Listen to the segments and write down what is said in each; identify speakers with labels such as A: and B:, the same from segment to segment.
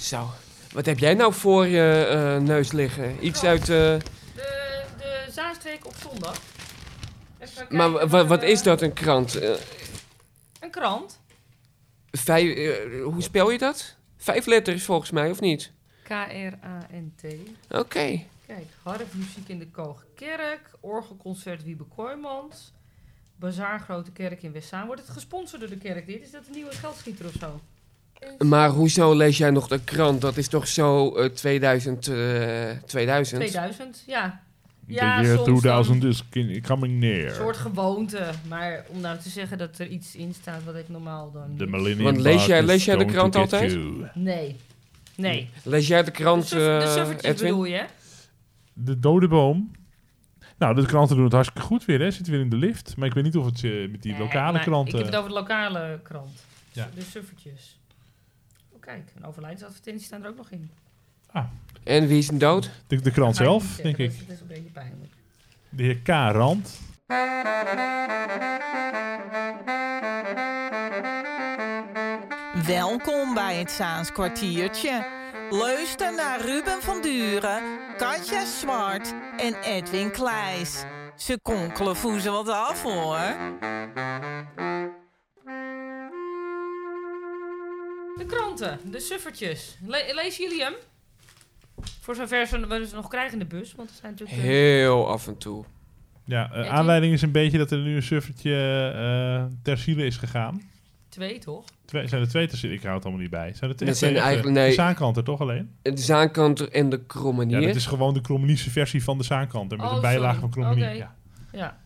A: Zo, wat heb jij nou voor je eh, neus liggen? Iets uit... eh,
B: De, de Zaanstreek op zondag. Even kijken
A: maar wa- wa-
B: of,
A: wat
B: eh,
A: is dat, een krant? Eh,
B: Een krant.
A: vijf, eh, hoe spel je dat? Vijf letters volgens mij, of niet?
B: K-R-A-N-T.
A: Oké.
B: Kijk, harfmuziek in de Koogkerk. Orgelconcert Wiebe Kooijmans. Bazaar Grote Kerk in Westzaan. Wordt het gesponsord door de kerk dit? Is dat een nieuwe geldschieter of zo?
A: Maar hoezo lees jij nog de krant? Dat is toch zo eh, 2000, eh 2000?
B: 2000, ja. Ja,
C: The year
B: soms dan.
C: 2000 is kin- coming
B: Een
C: near.
B: soort gewoonte. Maar om nou te zeggen dat er iets in staat wat ik normaal dan...
C: De
B: niet-
C: millennium
A: Want lees jij-
C: bug
A: lees
C: is
A: jij de
C: going
A: krant
C: to get
A: altijd?
C: you.
B: Nee. Nee.
A: Lees jij de
B: De,
A: krant,
B: suf, de
A: eh,
B: suffertjes
A: Edwin?
B: bedoel je? hè?
C: De dode boom. Nou, de kranten doen het hartstikke goed weer, hè. Zitten weer in de lift. Maar ik weet niet of het eh, met die
B: Nee,
C: lokale
B: maar
C: kranten...
B: Ik heb het over de lokale krant.
C: Ja.
B: De suffertjes. Oh, kijk, een overlijdensadvertentie staan er ook nog in.
A: En wie is een dood?
C: De, de krant zelf, denk ik.
B: Dat is een beetje pijnlijk.
C: De heer K. Rand.
D: Welkom bij het Zaans kwartiertje. Luister naar Ruben van Duren, Katja Zwart en Edwin Kleijs. Ze konkelen voezen wat af hoor.
B: De kranten, de suffertjes. Le- lezen jullie hem? Voor zover ze we ze nog krijgen in de bus. Want er zijn natuurlijk... eh,
A: Heel af en toe.
C: Ja, eh,
B: die-
C: aanleiding is een beetje dat er nu een suffertje eh, ter ziele is gegaan.
B: Twee, toch?
C: Twee, zijn er twee ter ziele? Ik hou het allemaal niet bij. Zijn er twee?
A: Dat zijn
C: twee-
A: eigenlijk-
C: de-
A: nee.
C: De zaankant er toch alleen?
A: De zaankanter en de krommenier.
C: Ja, dat is gewoon de Kromenische versie van de zaankant. Met
B: Oh,
C: een bijlage van
B: sorry.
C: Kromenie.
B: Oké.
C: Ja.
B: Ja.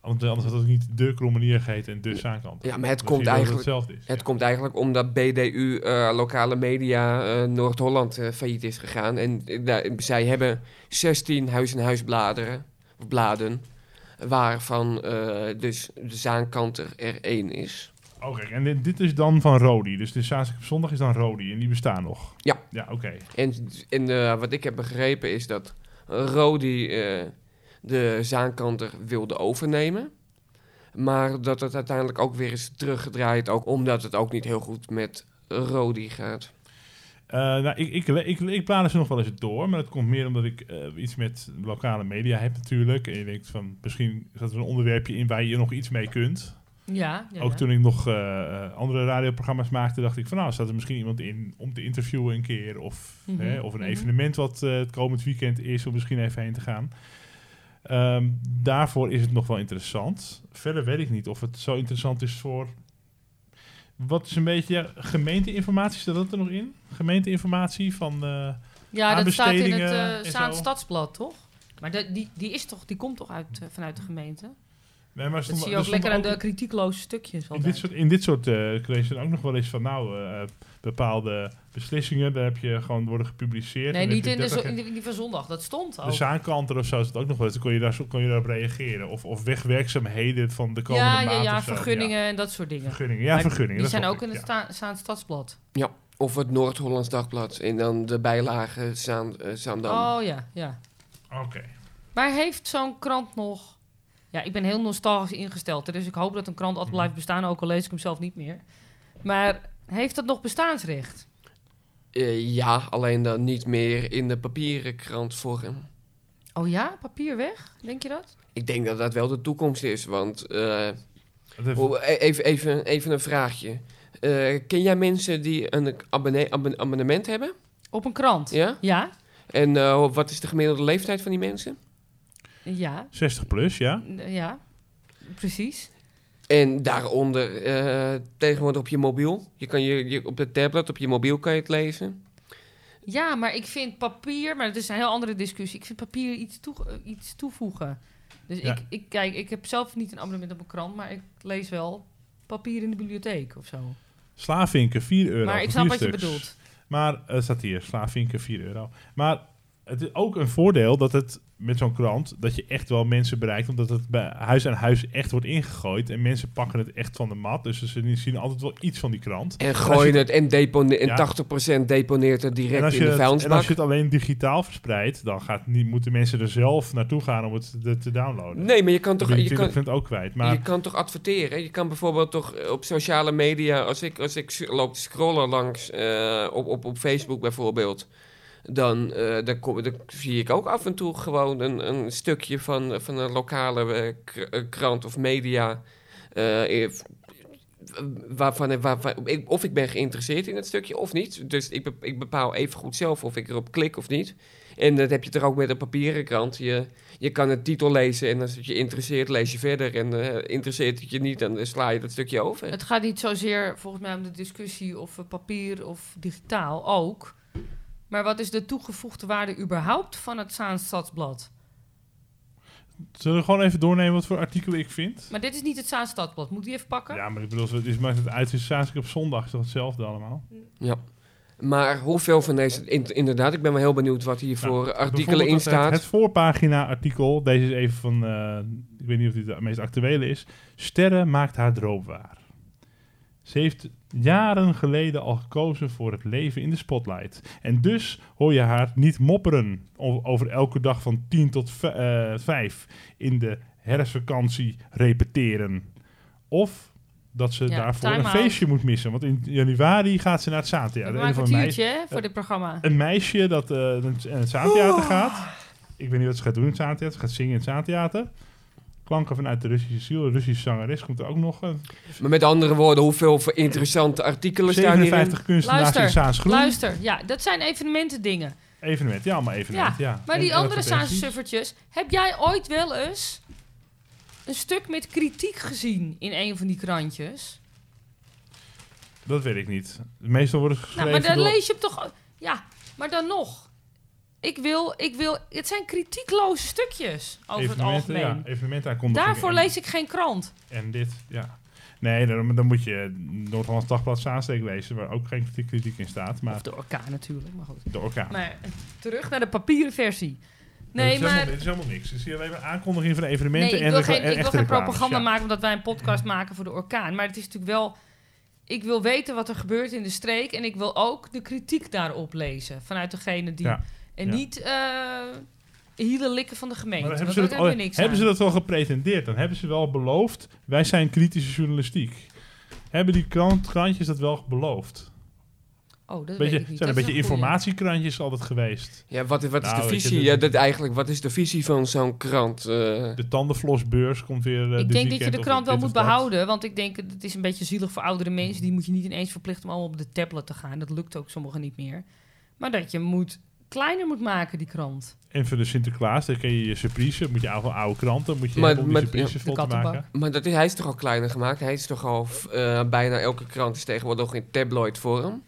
C: Want anders had het ook niet de Kromenier geheten en de Zaankant.
A: Ja, maar het
C: Dan
A: komt
C: zie je wel dat
A: eigenlijk-
C: hetzelfde is.
A: Het
C: Ja.
A: komt eigenlijk omdat BDU, eh, lokale media, eh, Noord-Holland eh, failliet is gegaan. En eh, daar- zij hebben 16 huis-in-huisbladeren, of bladen, waarvan eh, dus de zaankanter er één is.
C: Oh, kijk, en dit, dit is dan van Rodi. Dus de Zaanse op zondag is dan Rodi. En die bestaan nog.
A: Ja.
C: Ja, oké.
A: En, en eh, wat ik heb begrepen is dat Rodi eh, de zaankanter wilde overnemen. Maar dat het uiteindelijk ook weer is teruggedraaid, ook omdat het ook niet heel goed met Rodi gaat.
C: Eh, nou, ik, ik, ik, ik, plaat ze nog wel eens door. Maar dat komt meer omdat ik eh, iets met lokale media heb natuurlijk. En je denkt van, misschien is dat een onderwerpje in waar je nog iets mee kunt.
B: Ja. ja,
C: Ook
B: ja.
C: toen ik nog eh, eh, andere radioprogramma's maakte, dacht ik van... Nou, staat er misschien iemand in om te interviewen een keer. Of,
B: Mhm,
C: hè, of een
B: mhm.
C: evenement wat eh, het komend weekend is. Om misschien even heen te gaan. Ehm, daarvoor is het nog wel interessant. Verder weet ik niet of het zo interessant is voor... Wat is een beetje ja, gemeenteinformatie? Staat dat er nog in? Gemeenteinformatie van... eh,
B: Ja, dat staat in het
C: aanbestedingen en
B: eh
C: zo.
B: Zaans Stadsblad, toch? Maar dat- die, die, is toch, die komt toch uit, eh, vanuit de gemeente?
C: nee, maar er
B: Dat
C: stond-
B: zie je
C: er
B: ook
C: stond
B: lekker aan de
C: ook-
B: kritiekloze stukjes.
C: In dit soort, in dit soort eh, college dan ook nog wel eens van... Nou, eh, eh, bepaalde beslissingen, daar heb je gewoon worden gepubliceerd.
B: nee,
C: En dan
B: niet
C: heb
B: in,
C: je
B: de, zo-
C: 30
B: in die- in die van zondag. Dat stond al.
C: De zaankanter of zo is het ook nog wel. eens. Dan kon je, daar, zo- kon je daarop reageren. Of, of wegwerkzaamheden van de komende
B: Ja,
C: maand
B: ja, ja,
C: of zo.
B: vergunningen en dat soort
C: Ja,
B: dingen.
C: vergunningen. Ja,
B: Maar
C: vergunningen.
B: Die
C: dat
B: zijn
C: snap
B: ook
C: ik,
B: in het
C: ja.
B: Sta- Zaans Stadsblad.
A: Of het Noord-Hollands Dagblad en dan de bijlage Zaan, eh, Zaandam.
B: Oh ja, ja.
C: Oké.
B: Maar heeft zo'n krant nog... Ja, ik ben heel nostalgisch ingesteld. hè, Dus ik hoop dat een krant altijd
C: Mhm.
B: blijft bestaan. Ook al lees ik hem zelf niet meer. Maar heeft dat nog bestaansrecht?
A: Eh, ja, alleen dan niet meer in de papieren krantvorm.
B: Oh ja? Papier weg? Denk je dat?
A: Ik denk dat dat wel de toekomst is, want... eh,
C: Dat heeft-
A: oh, e- even, even, even een vraagje. Eh, ken jij mensen die een abonne- abon- abonnement hebben?
B: Op een krant?
A: Ja?
B: Ja.
A: En eh, wat is de gemiddelde leeftijd van die mensen?
B: Ja.
C: 60 plus, ja.
B: Ja. Precies.
A: En daaronder eh, tegenwoordig op je mobiel. Je kan je, je- op de tablet, op je mobiel kan je het lezen.
B: Ja, maar ik vind papier, maar het is een heel andere discussie. Ik vind papier iets, toe, eh, iets toevoegen. Dus
C: Ja.
B: ik, ik, kijk, ik heb zelf niet een abonnement op een krant, maar ik lees wel papier in de bibliotheek of zo.
C: Slavinken, 4 euro.
B: maar ik
C: voor
B: snap
C: vier
B: wat je
C: stuks.
B: bedoelt.
C: Maar, eh staat hier, slavinken, 4 euro. Maar het is ook een voordeel dat het met zo'n krant dat je echt wel mensen bereikt, omdat het bij huis aan huis echt wordt ingegooid en mensen pakken het echt van de mat. Dus ze zien altijd wel iets van die krant.
A: En gooien
C: je-
A: het en, depone- en
C: Ja.
A: 80% deponeert het
C: En
A: direct
C: als, je
A: in de
C: het, en als
A: vuilnisbak.
C: je het alleen digitaal verspreidt, dan gaat niet, moeten mensen er zelf naartoe gaan om het te, te downloaden.
A: Nee, maar je kan
C: Dan
A: toch...
C: ben
A: Je
C: je
A: kan,
C: 20% ook kwijt. Maar
A: Je kan toch adverteren? Je kan bijvoorbeeld toch eh, op sociale media, als ik, als ik s- loop te scrollen langs, eh, op, op, op Facebook bijvoorbeeld, dan, eh, daar kom, daar zie ik ook af en toe gewoon een, een stukje van, eh, van een lokale eh, k- eh, krant of media. eh, eh, Waarvan, eh, waar- waar- ik- of ik ben geïnteresseerd in het stukje of niet. Dus ik, bep- ik bepaal even goed zelf of ik erop klik of niet. En dat heb je toch ook met een papieren krant. Je, je kan het titel lezen en als het je interesseert, lees je verder. En eh, interesseert het je niet, dan eh, sla je dat stukje over.
B: Het gaat niet zozeer volgens mij om de discussie of eh, papier of digitaal ook. Maar wat is de toegevoegde waarde überhaupt van het Zaans Stadsblad?
C: zullen we gewoon even doornemen wat voor artikelen ik vind?
B: Maar dit is niet het Zaans Stadsblad. Moet ik die even pakken?
C: Ja, maar ik bedoel, het is, maakt het uit. Het is zaterdag op zondag, is toch hetzelfde allemaal?
A: Maar hoeveel van deze... in- inderdaad, ik ben wel heel benieuwd wat hier
C: Nou,
A: voor artikelen
C: Bijvoorbeeld
A: in
C: het-
A: staat.
C: Het, voorpagina-artikel, deze is even van, eh, ik weet niet of dit de meest actuele is. Sterren maakt haar droom waar. Ze heeft jaren geleden al gekozen voor het leven in de spotlight. En dus hoor je haar niet mopperen o- over elke dag van 10 tot v- eh, 5 in de herfstvakantie repeteren. Of dat ze
B: Ja,
C: daarvoor een
B: time-out.
C: feestje moet missen. Want in januari gaat ze naar het Zaantheater.
B: Ja,
C: Een
B: maar een
C: of andere meid-
B: kwartiertje hè, voor dit programma.
C: een meisje dat eh naar het- naar het Zaantheater gaat. Ik weet niet wat ze gaat doen in het Zaantheater. Ze gaat zingen in het Zaantheater. Klanken vanuit de Russische ziel. Een Russische zangeres komt er ook nog. eh,
A: Maar met andere woorden, hoeveel voor interessante artikelen staan hierin?
C: 57 kunstenaars in
B: Luister,
C: Zaans Groen.
B: Luister, ja, dat zijn evenementen dingen.
C: Evenement, ja, allemaal evenement. Ja,
B: Maar
C: En
B: die andere
C: advertenties.
B: Zaanse suffertjes, heb jij ooit wel eens een stuk met kritiek gezien in een van die krantjes? Nou,
C: Dat weet ik niet. Meestal worden ze
B: Nou,
C: geschreven
B: maar dan
C: door...
B: lees je hem toch. Ja, maar dan nog. Ik wil, ik wil. Het zijn kritiekloze stukjes over het
C: evenementen,
B: algemeen.
C: Ja, evenementenaankondigingen.
B: Daarvoor
C: En-
B: lees ik geen krant.
C: En dit, ja. Nee, dan, dan moet je Noord-Hollands Dagblad Zaansteek lezen, waar ook geen kritiek, kritiek in staat. Maar
B: Of de orkaan natuurlijk, maar goed.
C: de orkaan.
B: Maar eh, terug naar de papieren versie.
C: Het
B: Nee,
C: is helemaal-
B: maar.
C: Het is helemaal niks. Het is hier alleen maar aankondiging van
B: Nee,
C: evenementen
B: ik
C: en
B: wil
C: de-
B: geen,
C: en
B: ik wil
C: echte
B: geen
C: reclames,
B: propaganda
C: ja.
B: maken omdat wij een podcast maken voor de orkaan. Maar het is natuurlijk wel. Ik wil weten wat er gebeurt in de streek. En ik wil ook de kritiek daarop lezen. Vanuit degene die.
C: Ja,
B: En
C: ja.
B: niet eh hielen likken van de gemeente.
C: Maar dan
B: Want dat
C: hebben, ze, dat
B: heb
C: al,
B: je niks
C: hebben
B: aan.
C: ze dat wel gepretendeerd? Dan hebben ze wel beloofd, wij zijn kritische journalistiek. Hebben die krant, krantjes dat wel beloofd?
B: Oh, dat
C: Beetje,
B: weet ik niet.
C: zijn een
B: Dat
C: beetje
B: is goeie.
C: informatiekrantjes altijd geweest?
A: Ja, wat, wat is
C: Nou,
A: de
C: weet je,
A: visie?
C: dat-
A: Ja, dat eigenlijk, wat is de visie van zo'n krant? eh?
C: De tandenflosbeurs komt weer eh,
B: Ik
C: dit
B: denk dat je
C: weekend
B: de
C: of
B: krant wel
C: dit
B: moet
C: of dat.
B: behouden. Want ik denk, dat het is een beetje zielig voor oudere mensen. Die moet je niet ineens verplichten om allemaal op de tablet te gaan. Dat lukt ook sommigen niet meer. Maar dat je hem moet, kleiner moet maken, die krant.
C: En voor de Sinterklaas, dan kun je je surprise, moet je oude, oude kranten, moet je
A: Maar-
C: helpen om die
A: maar-
C: surprises
B: De
C: vol te
B: kattenbak.
C: maken.
A: maar dat is, hij is toch al kleiner gemaakt? Hij is toch al... f- eh, bijna elke krant is tegenwoordig nog in tabloid vorm.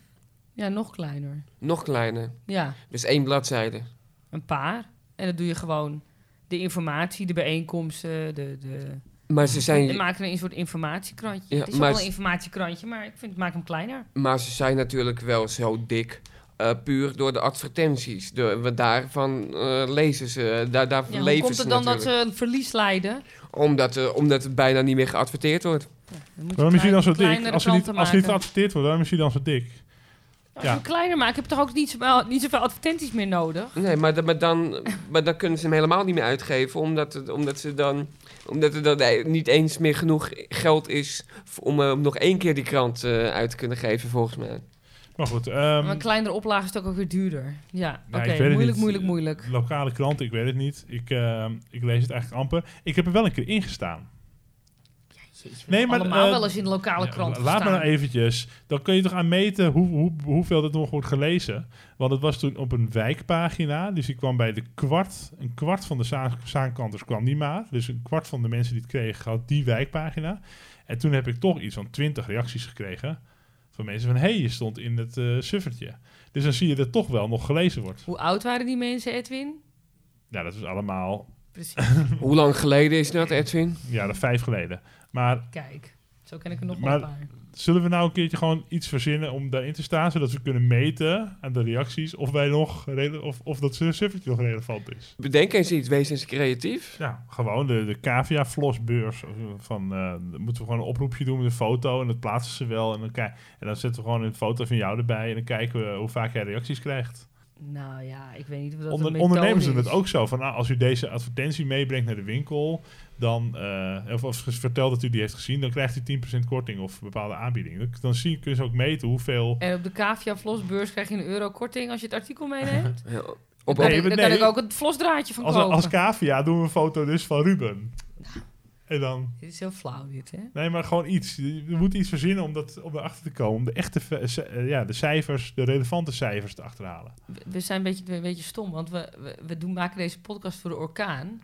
B: Ja, nog kleiner.
A: Nog kleiner.
B: Ja,
A: Dus één bladzijde.
B: een paar. En dat doe je gewoon. De informatie, de bijeenkomsten, de... de...
A: Maar ze
B: En
A: zijn...
B: maken er een soort informatiekrantje.
A: Ja,
B: het is ook
A: maar-
B: wel een informatiekrantje, maar ik vind, maak hem kleiner.
A: Maar ze zijn natuurlijk wel zo dik. eh, puur door de advertenties. De, want daarvan eh, lezen ze. Daar, daarvan
B: Ja, hoe
A: leven
B: komt
A: ze
B: het dan
A: natuurlijk.
B: dat ze een verlies lijden?
A: Omdat, eh, omdat het bijna niet meer geadverteerd wordt.
B: Dan moet je
C: Waarom is hij
B: klein-
C: dan zo dik?
B: kleinere
C: Als hij niet,
B: kranten
C: als hij niet
B: maken.
C: geadverteerd wordt, waarom is hij dan zo dik?
B: Als je hem
C: Ja.
B: kleiner maakt, heb je toch ook niet zoveel, niet zoveel advertenties meer nodig?
A: Nee, maar, da- maar, dan, maar dan kunnen ze hem helemaal niet meer uitgeven. Omdat, het, omdat, ze dan, omdat er dan eh, niet eens meer genoeg geld is. v- om eh, om nog één keer die krant eh, uit te kunnen geven, volgens mij.
C: Maar goed, ehm,
B: maar een kleinere oplage is toch ook weer duurder. Ja,
C: Nou,
B: oké.
C: ik weet het
B: moeilijk,
C: niet.
B: moeilijk, moeilijk.
C: lokale krant, ik weet het niet. Ik, ehm, ik lees het eigenlijk amper. Ik heb er wel een keer in gestaan. Nee,
B: nee,
C: maar,
B: maar, allemaal
C: eh,
B: wel eens in de lokale krant
C: Ja, Laat maar nou
B: gestaan.
C: eventjes. Dan kun je toch aan meten hoe, hoe, hoeveel dat nog wordt gelezen. Want het was toen op een wijkpagina. Dus die kwam bij de kwart. Een kwart van de Zaan- Zaankanters kwam niet maar. Dus een kwart van de mensen die het kregen had die wijkpagina. En toen heb ik toch iets van twintig reacties gekregen. Van mensen van, hé, hey, je stond in het eh, suffertje. Dus dan zie je dat toch wel nog gelezen wordt.
B: Hoe oud waren die mensen, Edwin?
C: Nou, dat was allemaal
B: Precies,
A: Hoe lang geleden is dat, Edwin?
C: jaren vijf geleden. Maar
B: kijk. Zo ken ik er nog wel
C: Maar-
B: een paar.
C: Zullen we nou een keertje gewoon iets verzinnen om daarin te staan, zodat we kunnen meten aan de reacties of wij nog rele- of, of dat suffertje nog relevant is?
A: Bedenk eens iets, wees eens creatief.
C: Ja, gewoon de, de cavia flosbeurs. eh, Van, eh, dan moeten we gewoon een oproepje doen met een foto en dat plaatsen ze wel. En dan, ki- en dan zetten we gewoon een foto van jou erbij en dan kijken we hoe vaak jij reacties krijgt.
B: Nou ja, ik weet niet of dat
C: Onder,
B: een methode
C: ondernemen ze
B: is.
C: het ook zo? Van, nou, als u deze advertentie meebrengt naar de winkel, dan, eh, of, of vertelt dat u die heeft gezien, dan krijgt u 10% korting of bepaalde aanbieding. Dan, dan zie, kun je ze ook meten hoeveel...
B: En op de Cavia Flosbeurs krijg je een euro korting als je het artikel meeneemt.
A: Ja, Op,
B: Dan, kan
C: Nee,
B: ik-
C: maar
B: dan kan
C: nee.
B: ik ook het flosdraadje van
C: Als,
B: kopen.
C: als cavia doen we een foto dus van Ruben. En dan...
B: Dit is heel flauw dit, hè?
C: Nee, maar gewoon iets. Je moet iets verzinnen om, dat, om erachter te komen. Om de echte ve- ce- eh, ja, de cijfers, de relevante cijfers te achterhalen.
B: We- We zijn een beetje, een beetje stom, want we, we, we doen, maken deze podcast voor de orkaan.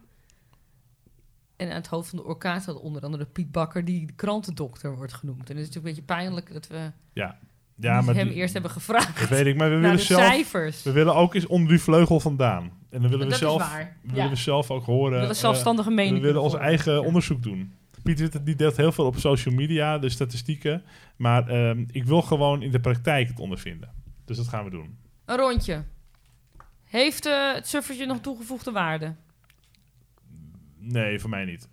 B: En aan het hoofd van de orkaan staat onder andere Piet Bakker, die de krantendokter wordt genoemd. En het is natuurlijk een beetje pijnlijk dat we
C: Ja,
B: niet
C: maar
B: hem
C: die-
B: eerst hebben gevraagd
C: Dat weet ik, maar we
B: naar
C: willen
B: de
C: zelf.
B: cijfers.
C: We willen ook eens onder die vleugel vandaan. En dan willen we
B: dat
C: zelf.
B: is waar.
C: we
B: Ja.
C: Willen we zelf ook horen.
B: we willen
C: eh,
B: zelfstandige mening.
C: we willen ons
B: vormen.
C: eigen
B: Ja.
C: onderzoek doen. Piet Witte, die deelt heel veel op social media, de statistieken. Maar ehm, ik wil gewoon in de praktijk het ondervinden. Dus dat gaan we doen.
B: Een rondje. Heeft eh, het suffertje nog toegevoegde waarde?
C: Nee, voor mij niet.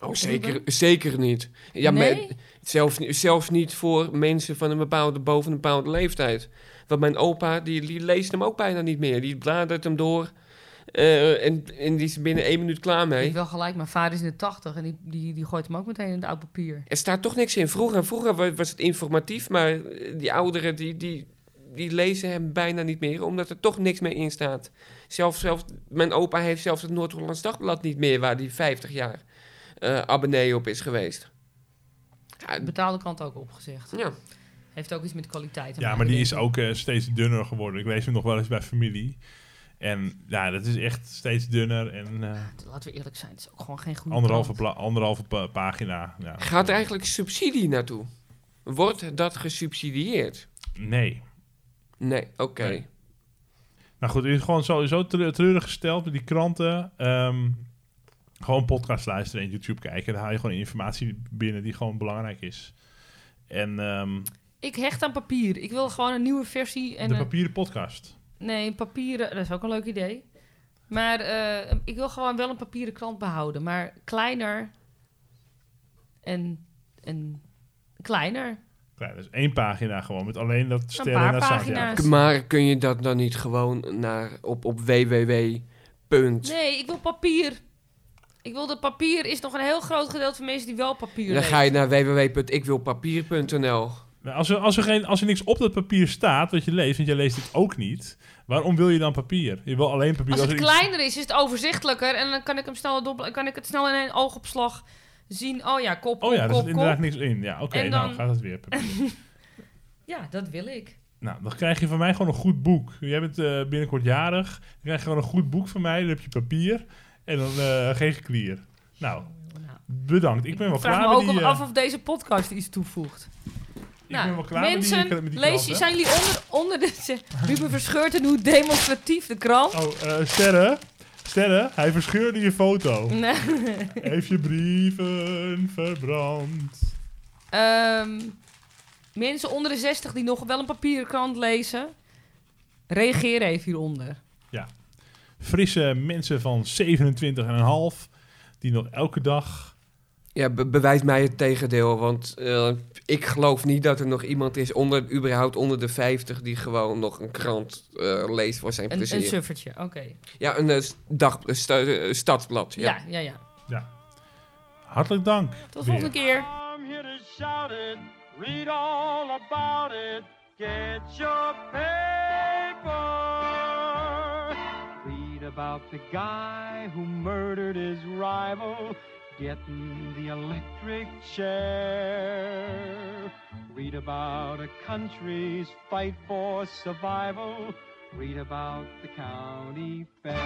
A: Oh, zeker, zeker niet. Ja,
B: Nee?
A: me- zelfs, ni- zelfs niet voor mensen van een bepaalde, boven een bepaalde leeftijd. Want mijn opa, die, die leest hem ook bijna niet meer. Die bladert hem door eh, en, en die is binnen één minuut klaar
B: Ik
A: mee.
B: heb wel gelijk, mijn vader is in de tachtig en die, die, die gooit hem ook meteen in het oud papier.
A: Er staat toch niks in. Vroeger, vroeger wa- was het informatief, maar eh, die ouderen die, die, die lezen hem bijna niet meer, omdat er toch niks meer in staat. Zelfs, zelfs, mijn opa heeft zelfs het Noord-Hollands Dagblad niet meer, waar hij 50 jaar eh, abonnee op is geweest. Ja,
B: De betaalde kant ook opgezegd.
A: ja.
B: Heeft ook iets met kwaliteit te
C: Ja,
B: maken,
C: maar die
B: denk
C: is
B: ik.
C: ook eh, steeds dunner geworden. Ik lees hem nog wel eens bij familie. En ja, dat is echt steeds dunner en eh,
B: Laten we eerlijk zijn, het is ook gewoon geen goede
C: anderhalve,
B: brand.
C: pla- anderhalve pa- pagina. Ja.
A: Gaat er eigenlijk subsidie naartoe? Wordt dat gesubsidieerd?
C: Nee.
A: Nee, oké.
C: Nee. Nou goed, u is gewoon sowieso tre- treurig gesteld met die kranten. Ehm, gewoon podcast luisteren en YouTube kijken. Dan haal je gewoon informatie binnen die gewoon belangrijk is. En ehm,
B: Ik hecht aan papier. Ik wil gewoon een nieuwe versie. En eh,
C: de
B: een-
C: papieren podcast.
B: nee, papieren, dat is ook een leuk idee. Maar eh, ik wil gewoon wel een papieren krant behouden. Maar kleiner en, en kleiner.
C: Ja, dus één pagina gewoon met alleen dat sterren
B: paar
C: naar Santiago.
B: pagina's.
A: K- Maar kun je dat dan niet gewoon naar, op, op www.
B: Nee, ik wil papier. Ik wil dat papier is nog een heel groot gedeelte van mensen die wel papier
A: Dan
B: lezen.
A: ga je naar www.ikwilpapier.nl.
C: Nou, als, er, als, er geen, als er niks op dat papier staat wat je leest, want je leest het ook niet, waarom wil je dan papier? Je wil alleen papier.
B: Als het
C: er iets-
B: kleiner is, is het overzichtelijker. En dan kan ik, hem snel dobbel- kan ik het snel in een oogopslag zien. Oh ja, kop,
C: Oh ja,
B: kop,
C: er zit
B: kop,
C: inderdaad
B: kop.
C: niks in. Ja, oké,
B: En
C: nou
B: dan-
C: gaat het weer. papier.
B: Ja, dat wil ik.
C: nou, dan krijg je van mij gewoon een goed boek. Jij bent eh, binnenkort jarig, dan krijg je gewoon een goed boek van mij, dan heb je papier en dan eh, geen geklier. Nou,
B: Nou,
C: bedankt. Ik ben wel
B: ik vraag me
C: klaar met
B: ook
C: die...
B: om-
C: eh,
B: af of deze podcast iets toevoegt. Nou,
C: ik ben wel klaar met die-
B: mensen,
C: met die
B: lees,
C: krant, hè.
B: zijn jullie onder, onder de... Ruben verscheurt en hoe demonstratief de krant.
C: Oh, eh Sterre, Sterre, hij verscheurde je foto.
B: Nee.
C: Heeft je brieven verbrand.
B: Ehm, mensen onder de 60 die nog wel een papieren krant lezen, reageer even hieronder.
C: frisse mensen van 27,5 die nog elke dag.
A: Ja, be- bewijs mij het tegendeel, want eh, ik geloof niet dat er nog iemand is, onder, überhaupt onder de 50, die gewoon nog een krant eh, leest voor zijn
B: Een, een
A: plezier.
B: suffertje, oké.
A: ja, een eh, dag, een sta- eh, stadsblad. Ja.
B: Ja, ja, ja.
C: Hartelijk dank.
B: Tot de
C: weer.
B: volgende keer.
E: I'm here to shout it, read all about it, get your paper. Read about the guy who murdered his rival, getting the electric chair. Read about a country's fight for survival, read about the county fair.